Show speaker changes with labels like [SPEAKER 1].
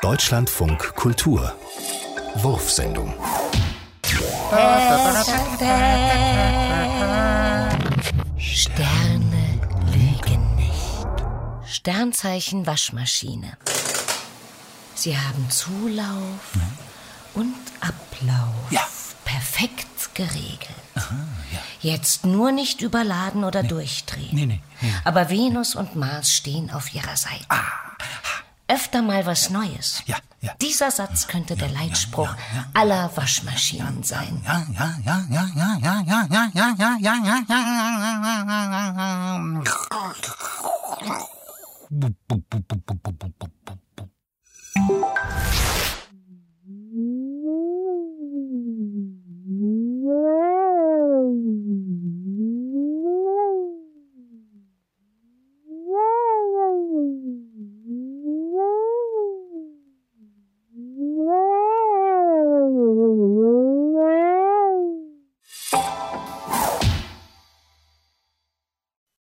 [SPEAKER 1] Deutschlandfunk Kultur. Wurfsendung.
[SPEAKER 2] Sterne lügen nicht. Sternzeichen Waschmaschine. Sie haben Zulauf und Ablauf
[SPEAKER 3] Ja.
[SPEAKER 2] perfekt geregelt. Jetzt nur nicht überladen oder durchdrehen.
[SPEAKER 3] Nee, nee, nee. Ah.
[SPEAKER 2] Aber Venus und Mars stehen auf ihrer Seite. Öfter mal was Neues.
[SPEAKER 3] Ja, ja.
[SPEAKER 2] Dieser Satz könnte der Leitspruch aller Waschmaschinen sein.
[SPEAKER 3] Ja, ja, ja, ja, ja, ja, ja, ja, ja, ja, ja, ja, ja, ja, ja, ja, ja.